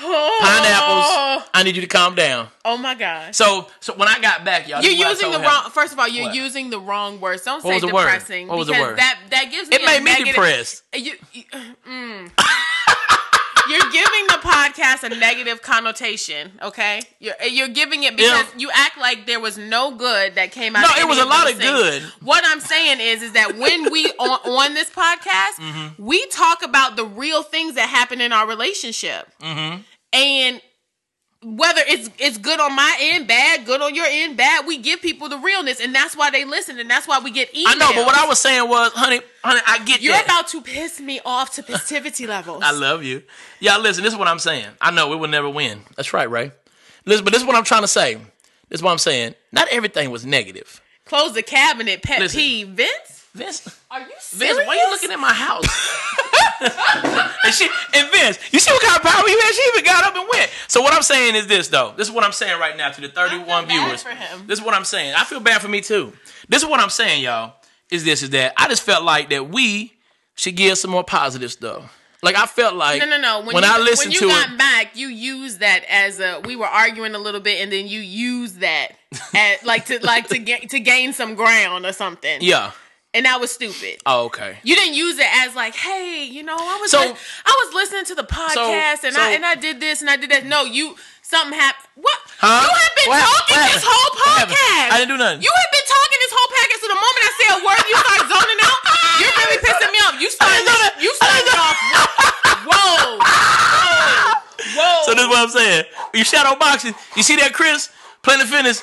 [SPEAKER 2] Oh,
[SPEAKER 1] Pineapples. I need you to calm down.
[SPEAKER 2] Oh my gosh.
[SPEAKER 1] So, so when I got back, y'all, this
[SPEAKER 2] You're
[SPEAKER 1] is what I
[SPEAKER 2] using the
[SPEAKER 1] told him.
[SPEAKER 2] wrong. First of all, you're
[SPEAKER 1] What?
[SPEAKER 2] using the wrong words. Don't say
[SPEAKER 1] was the word?
[SPEAKER 2] depressing
[SPEAKER 1] What was the
[SPEAKER 2] because
[SPEAKER 1] word?
[SPEAKER 2] that that gives me.
[SPEAKER 1] It
[SPEAKER 2] a
[SPEAKER 1] made me
[SPEAKER 2] negative-
[SPEAKER 1] depressed.
[SPEAKER 2] You, you, mm. you're giving the podcast a negative connotation. Okay, you're you're giving it because
[SPEAKER 1] Yeah.
[SPEAKER 2] you act like there was no good that came out.
[SPEAKER 1] No,
[SPEAKER 2] of
[SPEAKER 1] it
[SPEAKER 2] any
[SPEAKER 1] was a lot
[SPEAKER 2] those
[SPEAKER 1] of
[SPEAKER 2] things.
[SPEAKER 1] good.
[SPEAKER 2] What I'm saying is, is that when we on, on this podcast,
[SPEAKER 1] Mm-hmm.
[SPEAKER 2] we talk about the real things that happen in our relationship,
[SPEAKER 1] Mm-hmm.
[SPEAKER 2] and whether it's it's good on my end, bad, good on your end, bad, we give people the realness, and that's why they listen, and that's why we get emails.
[SPEAKER 1] I know, but what I was saying was, honey, honey, I get
[SPEAKER 2] you're
[SPEAKER 1] that.
[SPEAKER 2] about to piss me off to positivity levels.
[SPEAKER 1] I love you. Y'all listen, this is what I'm saying. I know we will never win. That's right, Ray. Listen, but this is what I'm trying to say. This is what I'm saying. Not everything was negative.
[SPEAKER 2] Close the cabinet, pet
[SPEAKER 1] Listen.
[SPEAKER 2] peeve. Vince,
[SPEAKER 1] Vince,
[SPEAKER 2] are you
[SPEAKER 1] Vince,
[SPEAKER 2] serious?
[SPEAKER 1] why you looking at my house? and, she, and Vince, you see what kind of power you had? She even got up and went. So what I'm saying is this, though. This is what I'm saying right now to the 31
[SPEAKER 2] I feel bad
[SPEAKER 1] viewers.
[SPEAKER 2] for him.
[SPEAKER 1] This is what I'm saying. I feel bad for me too. This is what I'm saying, y'all. Is this is that I just felt like that we should give some more positive stuff. Like I felt like
[SPEAKER 2] No, no, no. When, you,
[SPEAKER 1] I listened
[SPEAKER 2] when you
[SPEAKER 1] to
[SPEAKER 2] got
[SPEAKER 1] it,
[SPEAKER 2] back, you used that as a. We were arguing a little bit, and then you used that at like to like to get to gain some ground or something.
[SPEAKER 1] yeah.
[SPEAKER 2] and that was stupid.
[SPEAKER 1] Oh, okay.
[SPEAKER 2] You didn't use it as like, hey, you know, I was
[SPEAKER 1] So-
[SPEAKER 2] lis- I was listening to the podcast, and I
[SPEAKER 1] so-
[SPEAKER 2] and I did this and I did that. No, you something happened. What?
[SPEAKER 1] Huh?
[SPEAKER 2] You have been
[SPEAKER 1] What happened?
[SPEAKER 2] talking
[SPEAKER 1] What
[SPEAKER 2] this
[SPEAKER 1] happened?
[SPEAKER 2] whole
[SPEAKER 1] What happened?
[SPEAKER 2] podcast.
[SPEAKER 1] I didn't do nothing.
[SPEAKER 2] You have been talking this whole podcast. So the moment I say a word, you start zoning out. You're really pissing me off. You started.
[SPEAKER 1] know that.
[SPEAKER 2] You started off. Whoa. Whoa.
[SPEAKER 1] So
[SPEAKER 2] Whoa.
[SPEAKER 1] this is what I'm saying. You shadow boxing. You see that, Chris? Planet Fitness,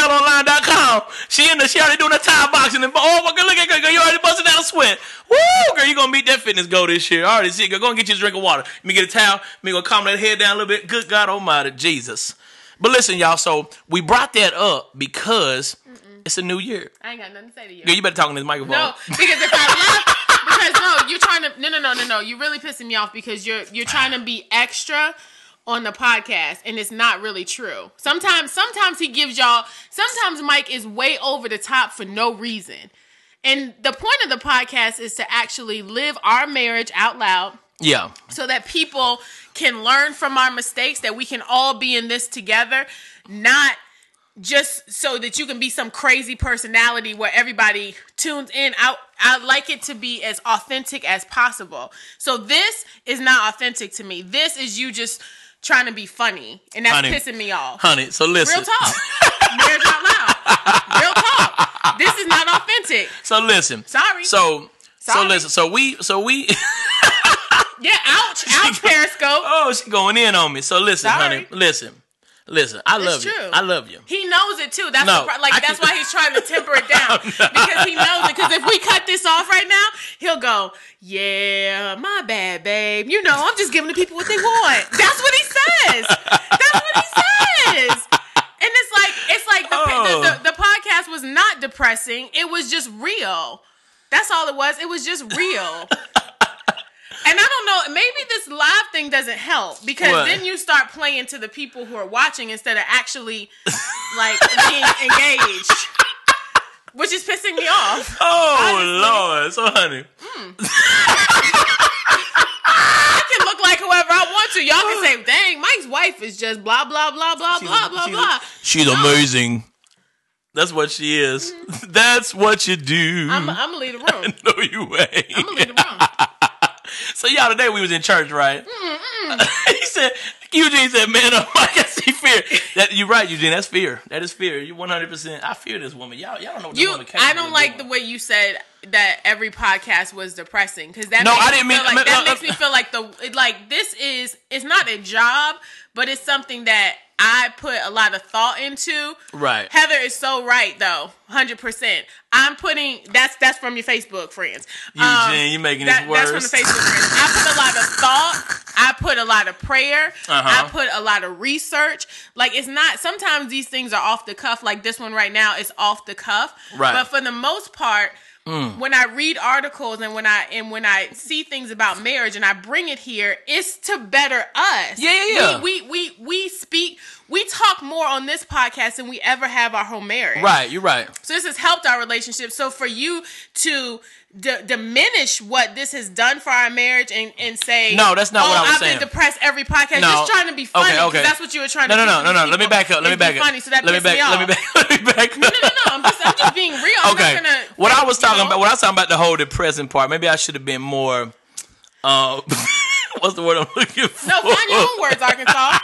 [SPEAKER 1] PFLonline.com. She in the, she already doing the time boxing. And, oh, my God, look at her, girl. You already busting out a sweat. Woo, girl, you going to meet that fitness goal this year. I already see it, girl. Go and get you a drink of water. Let me get a towel. Let me go calm that head down a little bit. Good God almighty, Jesus. But listen, y'all. So we brought that up because it's a new year.
[SPEAKER 2] I ain't got nothing to say to you.
[SPEAKER 1] Girl, you better talk in this microphone.
[SPEAKER 2] No, because if I left, because no, you're trying to no no no no no. You're really pissing me off because you're you're trying to be extra on the podcast and it's not really true. Sometimes sometimes he gives y'all sometimes Mike is way over the top for no reason. And the point of the podcast is to actually live our marriage out loud
[SPEAKER 1] Yeah.
[SPEAKER 2] so that people can learn from our mistakes, that we can all be in this together, not just so that you can be some crazy personality where everybody tunes in. I I like it to be as authentic as possible. So this is not authentic to me. This is you just trying to be funny, and that's
[SPEAKER 1] Honey.
[SPEAKER 2] pissing me off.
[SPEAKER 1] Honey, so listen.
[SPEAKER 2] Real talk, marriage out loud. Real talk. This is not authentic.
[SPEAKER 1] So listen.
[SPEAKER 2] Sorry.
[SPEAKER 1] So, so
[SPEAKER 2] Sorry.
[SPEAKER 1] listen. So we, so we.
[SPEAKER 2] Yeah, ouch, ouch, Periscope.
[SPEAKER 1] Oh, she going in on me. So listen,
[SPEAKER 2] Sorry.
[SPEAKER 1] honey. Listen. Listen. I love you.
[SPEAKER 2] true.
[SPEAKER 1] I love you.
[SPEAKER 2] He knows it too. That's
[SPEAKER 1] No,
[SPEAKER 2] the pro- like
[SPEAKER 1] I
[SPEAKER 2] that's
[SPEAKER 1] can-
[SPEAKER 2] why he's trying to temper it down because he knows it. Because if we cut this off right now, he'll go, "Yeah, my bad, babe. You know, I'm just giving the people what they want." That's what he says. That's what he says. And it's like it's like the,
[SPEAKER 1] Oh.
[SPEAKER 2] the, the, the podcast was not depressing. It was just real. That's all it was. It was just real. And I don't know, maybe this live thing doesn't help because
[SPEAKER 1] What?
[SPEAKER 2] then you start playing to the people who are watching instead of actually like being engaged, which is pissing me off.
[SPEAKER 1] Oh Lord. So honey.
[SPEAKER 2] I can look like whoever I want to. Y'all can say, "Dang, Mike's wife is just blah blah blah blah blah blah
[SPEAKER 1] she's-
[SPEAKER 2] blah."
[SPEAKER 1] She's amazing. That's what she is. That's what you do.
[SPEAKER 2] I'm I'm gonna leave the room.
[SPEAKER 1] no, you ain't.
[SPEAKER 2] I'm gonna leave the room.
[SPEAKER 1] So y'all today we was in church, right?
[SPEAKER 2] Mm,
[SPEAKER 1] he said Eugene said, "Man, oh my God, see fear." That you're right, Eugene. That's fear. That is fear. You 100. percent I fear this woman. Y'all, y'all don't know what this
[SPEAKER 2] You,
[SPEAKER 1] woman capable
[SPEAKER 2] I
[SPEAKER 1] of
[SPEAKER 2] don't like
[SPEAKER 1] doing.
[SPEAKER 2] the way you said that every podcast was depressing because that
[SPEAKER 1] No,
[SPEAKER 2] makes
[SPEAKER 1] I uh,
[SPEAKER 2] me
[SPEAKER 1] didn't mean-
[SPEAKER 2] feel like, that
[SPEAKER 1] no, no.
[SPEAKER 2] makes me feel like the it- like this is it's not a job but it's something that I put a lot of thought into.
[SPEAKER 1] Right.
[SPEAKER 2] Heather is so right though, hundred percent. I'm putting that's that's from your Facebook friends. Um,
[SPEAKER 1] Eugene, you're making
[SPEAKER 2] that,
[SPEAKER 1] this worse.
[SPEAKER 2] that's from the Facebook friends. I put a lot of thought. I put a lot of prayer.
[SPEAKER 1] Uh-huh.
[SPEAKER 2] I put a lot of research. Like it's not. Sometimes these things are off the cuff. Like this one right now is off the cuff.
[SPEAKER 1] Right. Mm.
[SPEAKER 2] But for the most part, when I read articles and when I and when I see things about marriage and I bring it here, it's to better us.
[SPEAKER 1] Yeah, yeah, yeah.
[SPEAKER 2] We we we, we speak. We talk more on this podcast than we ever have our home marriage.
[SPEAKER 1] Right, you're right.
[SPEAKER 2] So this has helped our relationship. So for you to d- diminish what this has done for our marriage and, and say,
[SPEAKER 1] No, that's not
[SPEAKER 2] oh,
[SPEAKER 1] what I was
[SPEAKER 2] I've
[SPEAKER 1] saying."
[SPEAKER 2] been depressed every podcast.
[SPEAKER 1] No.
[SPEAKER 2] Just trying to be funny.
[SPEAKER 1] Okay,
[SPEAKER 2] 'cause
[SPEAKER 1] okay.
[SPEAKER 2] That's what you were trying
[SPEAKER 1] No, no,
[SPEAKER 2] to. do
[SPEAKER 1] no,
[SPEAKER 2] for
[SPEAKER 1] no,
[SPEAKER 2] these
[SPEAKER 1] no. Let me
[SPEAKER 2] people
[SPEAKER 1] back up. Let me
[SPEAKER 2] is
[SPEAKER 1] back
[SPEAKER 2] be
[SPEAKER 1] up.
[SPEAKER 2] Funny. So that
[SPEAKER 1] let me
[SPEAKER 2] pissed
[SPEAKER 1] back.
[SPEAKER 2] me off.
[SPEAKER 1] Let me back. Let me back up.
[SPEAKER 2] No, no, no, no. I'm just, I'm just being real. I'm
[SPEAKER 1] okay.
[SPEAKER 2] not gonna,
[SPEAKER 1] what I was
[SPEAKER 2] you
[SPEAKER 1] talking
[SPEAKER 2] know?
[SPEAKER 1] about, what I was talking about, the whole depressing part. Maybe I should have been more. Uh, what's the word I'm looking for?
[SPEAKER 2] No, find your own words, Arkansas.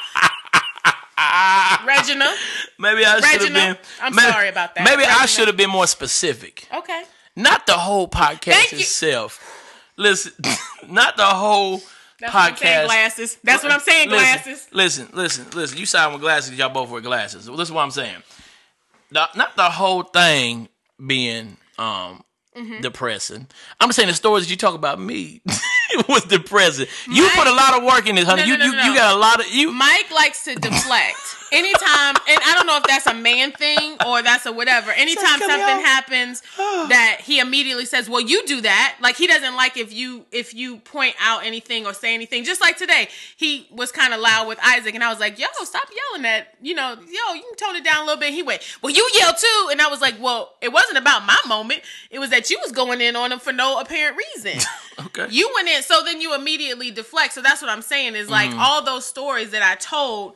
[SPEAKER 2] Regina.
[SPEAKER 1] Maybe I should have been.
[SPEAKER 2] Reginald, I'm
[SPEAKER 1] may-
[SPEAKER 2] sorry about that.
[SPEAKER 1] Maybe I
[SPEAKER 2] Reginald.
[SPEAKER 1] should have been more specific.
[SPEAKER 2] Okay.
[SPEAKER 1] Not the whole
[SPEAKER 2] Thank
[SPEAKER 1] podcast
[SPEAKER 2] you.
[SPEAKER 1] itself. Listen, not the whole
[SPEAKER 2] That's what I'm saying,
[SPEAKER 1] podcast.
[SPEAKER 2] glasses. That's what I'm saying, glasses.
[SPEAKER 1] Listen, listen, listen. listen. You signed with glasses. Y'all both wear glasses. Well, this is what I'm saying. The- not the whole thing being um
[SPEAKER 2] Mm-hmm.
[SPEAKER 1] depressing. I'm saying the stories you talk about me was depressing. you
[SPEAKER 2] My-
[SPEAKER 1] put a lot of work in this, honey.
[SPEAKER 2] No,
[SPEAKER 1] you
[SPEAKER 2] no, no,
[SPEAKER 1] you
[SPEAKER 2] no,
[SPEAKER 1] you
[SPEAKER 2] no.
[SPEAKER 1] got a lot of you.
[SPEAKER 2] Mike likes to deflect. Anytime, and I don't know if that's a man thing or that's a whatever. Anytime
[SPEAKER 1] cut me
[SPEAKER 2] something
[SPEAKER 1] off.
[SPEAKER 2] happens that he immediately says, "Well, you do that." Like he doesn't like if you if you point out anything or say anything. Just like today, he was kind of loud with Isaac, and I was like, "Yo, stop yelling at you know, yo, you can tone it down a little bit." He went, "Well, you yell too," and I was like, "Well, it wasn't about my moment. It was that you was going in on him for no apparent reason."
[SPEAKER 1] okay.
[SPEAKER 2] You went in, so then you immediately deflect. So that's what I'm saying is
[SPEAKER 1] Mm-hmm.
[SPEAKER 2] like all those stories that I told.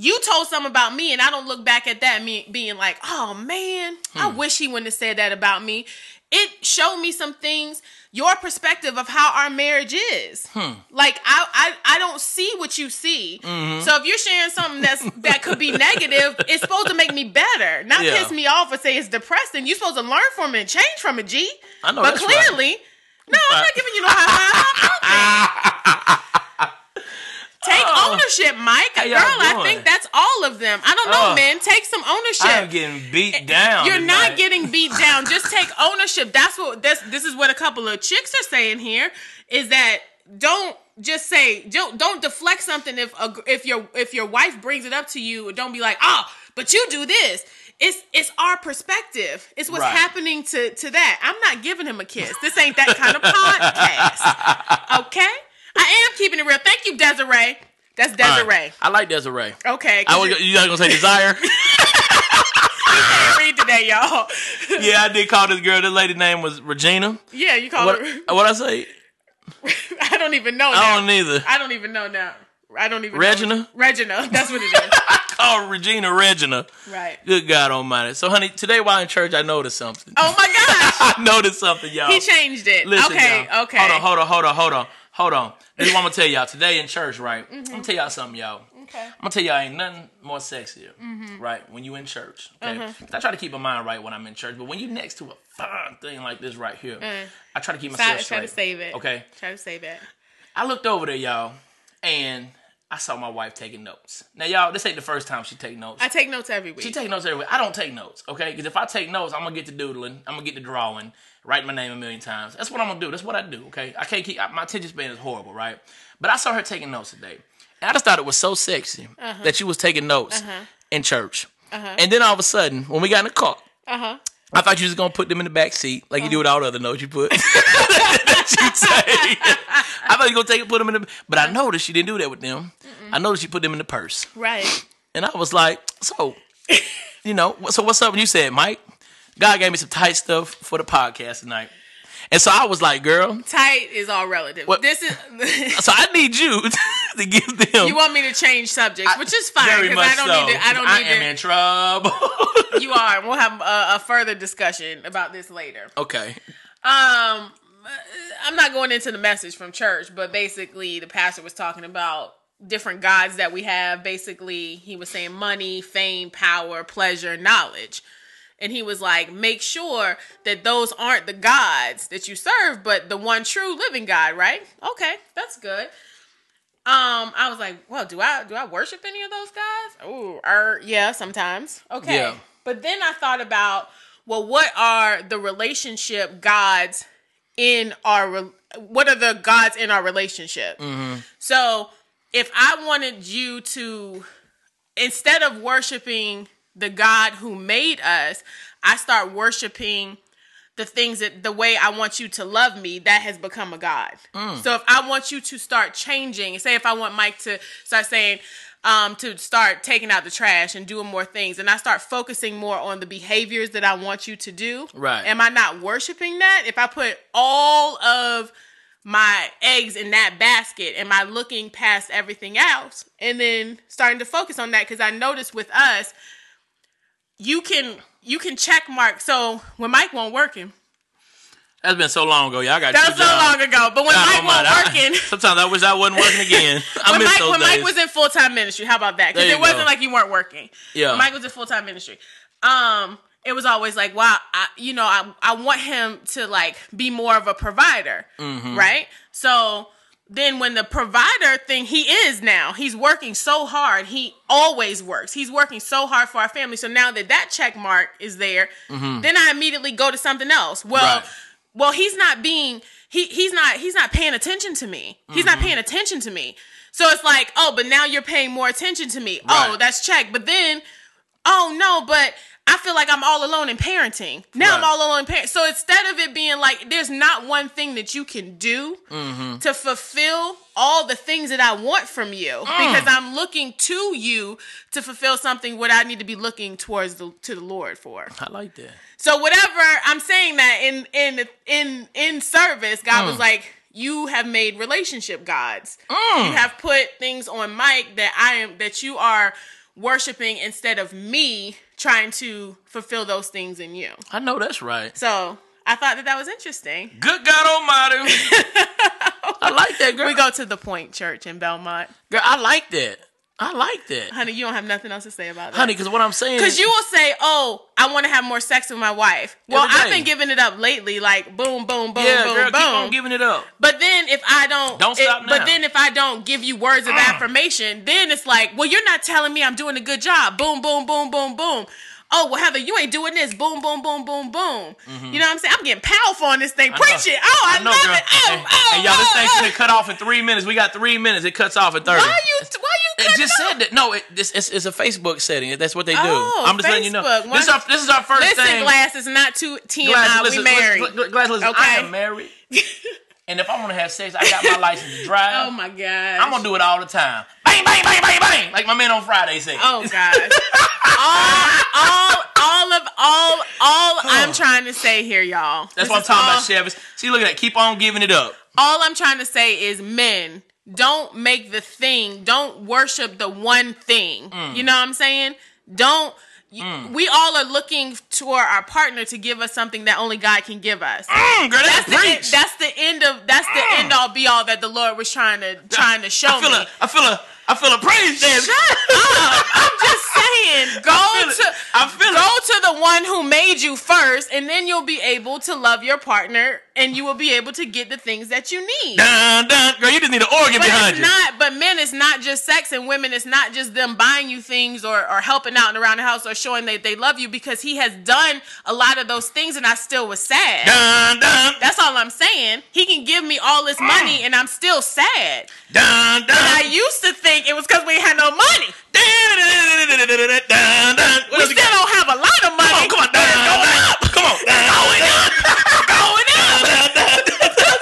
[SPEAKER 2] You told some about me, and I don't look back at that me being like, "Oh man, I
[SPEAKER 1] Hmm.
[SPEAKER 2] wish he wouldn't have said that about me." It showed me some things, your perspective of how our marriage is.
[SPEAKER 1] Hmm.
[SPEAKER 2] Like I, I, I don't see what you see.
[SPEAKER 1] Mm-hmm.
[SPEAKER 2] So if you're sharing something that's that could be negative, it's supposed to make me better, not
[SPEAKER 1] Yeah.
[SPEAKER 2] piss me off or say it's depressing. You're supposed to learn from it, and change from it, G.
[SPEAKER 1] I know
[SPEAKER 2] But
[SPEAKER 1] that's right.
[SPEAKER 2] clearly, no, I'm not giving you no high five. I'm Take ownership, Mike.
[SPEAKER 1] Oh. How
[SPEAKER 2] Girl,
[SPEAKER 1] y'all
[SPEAKER 2] I
[SPEAKER 1] doing?
[SPEAKER 2] think that's all of them. I don't know,
[SPEAKER 1] Oh.
[SPEAKER 2] man. Take some
[SPEAKER 1] I'm
[SPEAKER 2] ownership.
[SPEAKER 1] getting beat down.
[SPEAKER 2] Eh, You're not
[SPEAKER 1] tonight.
[SPEAKER 2] getting beat down. Just take ownership. That's what this this is what a couple of chicks are saying here is that don't just say don't don't deflect something if a, if your if your wife brings it up to you don't be like oh but you do this it's it's our perspective it's what's
[SPEAKER 1] Right.
[SPEAKER 2] happening to to that I'm not giving him a kiss this ain't that kind of podcast okay I am keeping it real thank you Desiree that's
[SPEAKER 1] All right.
[SPEAKER 2] Desiree
[SPEAKER 1] I like Desiree.
[SPEAKER 2] okay
[SPEAKER 1] I
[SPEAKER 2] 'cause
[SPEAKER 1] was,
[SPEAKER 2] you
[SPEAKER 1] you not gonna say desire?
[SPEAKER 2] can't read today y'all
[SPEAKER 1] yeah, I did call this girl. This lady's name was Regina.
[SPEAKER 2] yeah you call
[SPEAKER 1] What
[SPEAKER 2] her
[SPEAKER 1] what I say?
[SPEAKER 2] I don't even know now.
[SPEAKER 1] I don't either.
[SPEAKER 2] I don't even know now. I don't even know.
[SPEAKER 1] Regina?
[SPEAKER 2] Regina. That's what it is.
[SPEAKER 1] I call Oh, Regina Regina.
[SPEAKER 2] right.
[SPEAKER 1] Good God Almighty! So, honey, today while in church, I noticed something.
[SPEAKER 2] Oh my gosh.
[SPEAKER 1] I noticed something, y'all.
[SPEAKER 2] He changed it.
[SPEAKER 1] Listen,
[SPEAKER 2] okay,
[SPEAKER 1] y'all.
[SPEAKER 2] okay.
[SPEAKER 1] Hold on, hold on, hold on, hold on, hold on. This is what I'm gonna tell y'all today in church, right?
[SPEAKER 2] Mm-hmm.
[SPEAKER 1] I'm gonna tell y'all something, y'all.
[SPEAKER 2] Okay.
[SPEAKER 1] I'm gonna tell y'all ain't nothing more sexier,
[SPEAKER 2] Mm-hmm.
[SPEAKER 1] right? When you in church, okay? I try to keep my mind right when I'm in church, but when you next to a fine thing like this right here, I try to keep myself
[SPEAKER 2] Mm. Try,
[SPEAKER 1] straight.
[SPEAKER 2] try to save it.
[SPEAKER 1] Okay.
[SPEAKER 2] Try to save it.
[SPEAKER 1] I looked over there, y'all, and I saw my wife taking notes. Now, y'all, this ain't the first time she take notes.
[SPEAKER 2] I take notes every week.
[SPEAKER 1] She take notes everywhere. I don't take notes, okay? Because if I take notes, I'm gonna get to doodling. I'm gonna get to drawing. Write my name a million times. That's what I'm gonna do. That's what I do, okay? I can't keep I- my attention span is horrible, right? But I saw her taking notes today, and I just thought it was so sexy that she was taking notes in church. And then all of a sudden, when we got in the car,
[SPEAKER 2] uh-huh.
[SPEAKER 1] I thought you was gonna put them in the back seat like you do with all the other notes you put. that you take. I thought you were gonna take and put them in the. But I noticed she didn't do that with them. I noticed she put them in the purse.
[SPEAKER 2] Right.
[SPEAKER 1] And I was like, so, you know, wh- so what's up? And you said, Mike, God gave me some tight stuff for the podcast tonight. And so I was like, girl,
[SPEAKER 2] Tight is all relative.
[SPEAKER 1] What-
[SPEAKER 2] This is
[SPEAKER 1] so I need you to give them.
[SPEAKER 2] You want me to change subjects, which is fine
[SPEAKER 1] very
[SPEAKER 2] because
[SPEAKER 1] much
[SPEAKER 2] I don't
[SPEAKER 1] so.
[SPEAKER 2] need to I don't
[SPEAKER 1] I
[SPEAKER 2] need
[SPEAKER 1] am
[SPEAKER 2] to
[SPEAKER 1] in trouble.
[SPEAKER 2] you are. and We'll have a, a further discussion about this later.
[SPEAKER 1] okay.
[SPEAKER 2] Um, I'm not going into the message from church, but basically the pastor was talking about different gods that we have. Basically, he was saying money, fame, power, pleasure, knowledge. And he was like, make sure that those aren't the gods that you serve, but the one true living God, right? Okay, that's good. Um, I was like, well, do I do I worship any of those guys? Oh, er, yeah, sometimes. Okay.
[SPEAKER 1] Yeah.
[SPEAKER 2] But then I thought about, well, what are the relationship gods in our re- what are the gods in our relationship? So if I wanted you to instead of worshiping the God who made us, I start worshiping the things that the way I want you to love me, that has become a God. So if I want you to start changing, say if I want Mike to start saying, um, to start taking out the trash and doing more things, and I start focusing more on the behaviors that I want you to do.
[SPEAKER 1] Right.
[SPEAKER 2] Am I not worshiping that? If I put all of my eggs in that basket, am I looking past everything else? And then starting to focus on that because I noticed with us, you can you can check mark. So when Mike won't working,
[SPEAKER 1] That's been so long ago. Y'all got
[SPEAKER 2] that
[SPEAKER 1] two
[SPEAKER 2] was so
[SPEAKER 1] jobs.
[SPEAKER 2] long ago. But when
[SPEAKER 1] God
[SPEAKER 2] Mike
[SPEAKER 1] almighty, I-
[SPEAKER 2] won't working,
[SPEAKER 1] sometimes I wish I wasn't working again. I
[SPEAKER 2] when
[SPEAKER 1] miss
[SPEAKER 2] Mike
[SPEAKER 1] those
[SPEAKER 2] when
[SPEAKER 1] days.
[SPEAKER 2] Mike was in full time ministry, how about that? Because
[SPEAKER 1] There
[SPEAKER 2] it
[SPEAKER 1] you
[SPEAKER 2] wasn't
[SPEAKER 1] go.
[SPEAKER 2] like you weren't working.
[SPEAKER 1] Yeah.
[SPEAKER 2] Mike was in full time ministry. Um, it was always like, wow, I, you know, I I want him to like be more of a provider,
[SPEAKER 1] Mm-hmm.
[SPEAKER 2] right? So then when the provider thing he is now he's working so hard he always works he's working so hard for our family so now that that check mark is there then i immediately go to something else well
[SPEAKER 1] Mm-hmm. Right.
[SPEAKER 2] well he's not being he he's not he's not paying attention to me
[SPEAKER 1] Mm-hmm.
[SPEAKER 2] he's not paying attention to me so it's like oh but now you're paying more attention to me oh
[SPEAKER 1] Right.
[SPEAKER 2] that's check but then oh no but i feel like i'm all alone in parenting now i'm
[SPEAKER 1] Right.
[SPEAKER 2] all alone in parenting so instead of it being like there's not one thing that you can do to fulfill all the things that i want from you because i'm looking to you to fulfill something what i need to be looking towards the to the lord for
[SPEAKER 1] I like that.
[SPEAKER 2] so whatever I'm saying that in in in in service, God
[SPEAKER 1] Mm.
[SPEAKER 2] was like, "You have made relationship gods.
[SPEAKER 1] Mm.
[SPEAKER 2] You have put things on Mike that I am that you are worshiping instead of me trying to fulfill those things in you."
[SPEAKER 1] I know that's right.
[SPEAKER 2] So I thought that that was interesting.
[SPEAKER 1] Good God Almighty. I like that, girl.
[SPEAKER 2] We go to the point church in Belmont,
[SPEAKER 1] girl. I like that. I like that,
[SPEAKER 2] honey. You don't have nothing else to say about that,
[SPEAKER 1] honey. Because what I'm saying,
[SPEAKER 2] Because
[SPEAKER 1] is,
[SPEAKER 2] you will say, "Oh, I want to have more sex with my wife." Well,
[SPEAKER 1] Every
[SPEAKER 2] I've
[SPEAKER 1] day.
[SPEAKER 2] been giving it up lately, like boom, boom, boom,
[SPEAKER 1] yeah,
[SPEAKER 2] boom,
[SPEAKER 1] girl,
[SPEAKER 2] boom.
[SPEAKER 1] keep on giving it up.
[SPEAKER 2] But then if I don't,
[SPEAKER 1] Don't
[SPEAKER 2] it-
[SPEAKER 1] stop now. Ah.
[SPEAKER 2] But then if I don't give you words of affirmation, then it's like, well, you're not telling me I'm doing a good job. Boom, boom, boom, boom, boom. Oh well, Heather, you ain't doing this. Boom, boom, boom, boom, boom. You know what I'm saying? I'm getting powerful on this thing. Preach
[SPEAKER 1] Mm-hmm. know.
[SPEAKER 2] it. Oh, I,
[SPEAKER 1] know,
[SPEAKER 2] love
[SPEAKER 1] girl.
[SPEAKER 2] it. Oh,
[SPEAKER 1] and,
[SPEAKER 2] oh,
[SPEAKER 1] and y'all, this
[SPEAKER 2] oh,
[SPEAKER 1] thing's
[SPEAKER 2] oh.
[SPEAKER 1] gonna cut off in three minutes. We got three minutes. It cuts off at thirty.
[SPEAKER 2] Why are you? Why are you?
[SPEAKER 1] It
[SPEAKER 2] cutting
[SPEAKER 1] just
[SPEAKER 2] off?
[SPEAKER 1] said that. No, it, this it's, it's a Facebook setting. That's what they do.
[SPEAKER 2] Oh,
[SPEAKER 1] I'm just letting you know.
[SPEAKER 2] Facebook. Why
[SPEAKER 1] This is, our, this is our first
[SPEAKER 2] Listen,
[SPEAKER 1] thing.
[SPEAKER 2] glass is not too TMI.
[SPEAKER 1] Glass,
[SPEAKER 2] we
[SPEAKER 1] listen,
[SPEAKER 2] married.
[SPEAKER 1] listen, Gla- Glass, listen, I
[SPEAKER 2] Okay.
[SPEAKER 1] am married. and if I want to have sex, I got my license to drive.
[SPEAKER 2] oh my god.
[SPEAKER 1] I'm gonna do it all the time. Bang, bang, bang, bang, bang. Like my man on Friday said.
[SPEAKER 2] Oh gosh. all, all, all of all, all I'm trying to say here, y'all.
[SPEAKER 1] That's
[SPEAKER 2] This
[SPEAKER 1] what I'm
[SPEAKER 2] is
[SPEAKER 1] talking
[SPEAKER 2] all-
[SPEAKER 1] about, Travis. See, look at that. Keep on giving it up.
[SPEAKER 2] all I'm trying to say is men don't make the thing don't worship the one thing
[SPEAKER 1] Mm.
[SPEAKER 2] you know what I'm saying don't y- we all are looking toward our partner to give us something that only God can give us
[SPEAKER 1] Mm, girl, that's,
[SPEAKER 2] that's the, end,
[SPEAKER 1] preach. Mm.
[SPEAKER 2] that's the end of that's the end all be all that the Lord was trying to trying to show
[SPEAKER 1] I feel
[SPEAKER 2] me
[SPEAKER 1] a, I feel a, I feel a praise dance.
[SPEAKER 2] I'm just saying go
[SPEAKER 1] I feel it.
[SPEAKER 2] to
[SPEAKER 1] I feel
[SPEAKER 2] go
[SPEAKER 1] it.
[SPEAKER 2] to the one who made you first and then you'll be able to love your partner and you will be able to get the things that you need
[SPEAKER 1] Dun, dun. Girl, you just need an organ
[SPEAKER 2] But
[SPEAKER 1] behind
[SPEAKER 2] it's
[SPEAKER 1] you.
[SPEAKER 2] not. But men, it's not just sex, and women, it's not just them buying you things or or helping out and around the house or showing that they love you because he has done a lot of those things, and I still was sad.
[SPEAKER 1] Dun, dun,
[SPEAKER 2] That's all I'm saying. He can give me all this money, and I'm still sad.
[SPEAKER 1] dun,
[SPEAKER 2] I
[SPEAKER 1] dun.
[SPEAKER 2] used to think it was because we had no money.
[SPEAKER 1] Dun, dun, dun, dun, dun, dun. What
[SPEAKER 2] We
[SPEAKER 1] else
[SPEAKER 2] still
[SPEAKER 1] you got?
[SPEAKER 2] don't have a lot of money.
[SPEAKER 1] Come on, come on, dun,
[SPEAKER 2] It's
[SPEAKER 1] dun,
[SPEAKER 2] going
[SPEAKER 1] dun.
[SPEAKER 2] up.
[SPEAKER 1] Come on, dun, dun, dun, dun, dun.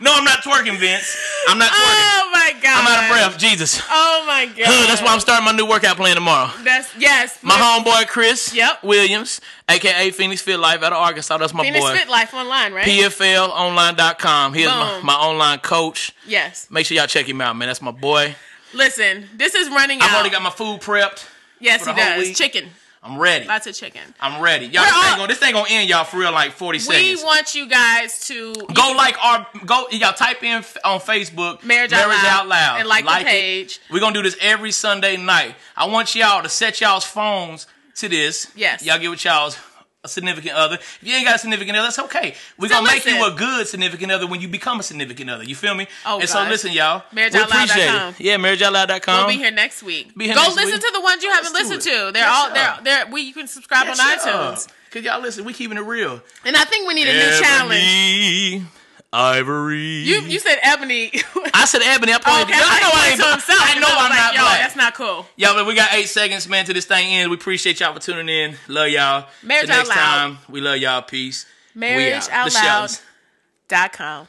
[SPEAKER 1] No, I'm not twerking, Vince. I'm not twerking.
[SPEAKER 2] Oh my god.
[SPEAKER 1] I'm out of breath. Jesus.
[SPEAKER 2] Oh my god.
[SPEAKER 1] That's why I'm starting my new workout plan tomorrow.
[SPEAKER 2] That's yes.
[SPEAKER 1] My homeboy Chris
[SPEAKER 2] Yep.
[SPEAKER 1] Williams, aka Phoenix Fit Life out of Arkansas. That's my
[SPEAKER 2] Phoenix
[SPEAKER 1] boy.
[SPEAKER 2] Fit Life online, right?
[SPEAKER 1] PFLonline.com. He is my,
[SPEAKER 2] Boom.
[SPEAKER 1] my online coach.
[SPEAKER 2] Yes.
[SPEAKER 1] Make sure y'all check him out, man. That's my boy.
[SPEAKER 2] Listen, this is running out.
[SPEAKER 1] I've already got my food prepped.
[SPEAKER 2] Yes,
[SPEAKER 1] for
[SPEAKER 2] he
[SPEAKER 1] the whole
[SPEAKER 2] does.
[SPEAKER 1] week.
[SPEAKER 2] Chicken.
[SPEAKER 1] I'm ready.
[SPEAKER 2] Lots of chicken.
[SPEAKER 1] I'm ready. Y'all,
[SPEAKER 2] We're
[SPEAKER 1] this
[SPEAKER 2] all-
[SPEAKER 1] ain't, gonna, this ain't gonna end y'all for real like 40
[SPEAKER 2] We
[SPEAKER 1] seconds.
[SPEAKER 2] want you guys to
[SPEAKER 1] go like our go. Y'all type in f- on Facebook
[SPEAKER 2] Marriage Out Loud and like the
[SPEAKER 1] it.
[SPEAKER 2] page.
[SPEAKER 1] We're gonna do this every Sunday night. I want y'all to set y'all's phones to this.
[SPEAKER 2] Yes.
[SPEAKER 1] y'all get with y'all's a significant other. If you ain't got a significant other, that's okay. We're
[SPEAKER 2] So
[SPEAKER 1] gonna make you
[SPEAKER 2] listen.
[SPEAKER 1] a good significant other when you become a significant other. You feel me?
[SPEAKER 2] Oh,
[SPEAKER 1] and so
[SPEAKER 2] gosh.
[SPEAKER 1] listen, y'all.
[SPEAKER 2] Marriage
[SPEAKER 1] we
[SPEAKER 2] Out Loud dot
[SPEAKER 1] appreciate
[SPEAKER 2] com.
[SPEAKER 1] it. Yeah, marriageoutloud.com.
[SPEAKER 2] We'll be here next week.
[SPEAKER 1] Be here
[SPEAKER 2] go
[SPEAKER 1] next
[SPEAKER 2] listen
[SPEAKER 1] week.
[SPEAKER 2] to the ones you haven't
[SPEAKER 1] Let's do
[SPEAKER 2] listened
[SPEAKER 1] it.
[SPEAKER 2] to. They're
[SPEAKER 1] Yes,
[SPEAKER 2] all
[SPEAKER 1] y'all.
[SPEAKER 2] they're they're we you can subscribe on iTunes.
[SPEAKER 1] Cause y'all listen, we keeping it real.
[SPEAKER 2] And I think we need a new
[SPEAKER 1] Ever
[SPEAKER 2] challenge.
[SPEAKER 1] need Ivory.
[SPEAKER 2] You you said Ebony.
[SPEAKER 1] I said Ebony. I pointed.
[SPEAKER 2] Okay,
[SPEAKER 1] y'all
[SPEAKER 2] like,
[SPEAKER 1] know I
[SPEAKER 2] went
[SPEAKER 1] ain't.
[SPEAKER 2] to himself,
[SPEAKER 1] I
[SPEAKER 2] and
[SPEAKER 1] know
[SPEAKER 2] was
[SPEAKER 1] I'm
[SPEAKER 2] like,
[SPEAKER 1] not
[SPEAKER 2] Yo,
[SPEAKER 1] black.
[SPEAKER 2] that's not cool.
[SPEAKER 1] Y'all, but we got eight seconds, man, to this thing ends. We appreciate y'all for tuning in. Love y'all.
[SPEAKER 2] Marriage
[SPEAKER 1] Till next
[SPEAKER 2] Out Loud.
[SPEAKER 1] time, we love y'all. Peace. We
[SPEAKER 2] Marriage
[SPEAKER 1] out.
[SPEAKER 2] out
[SPEAKER 1] The Shells.
[SPEAKER 2] loud dot com.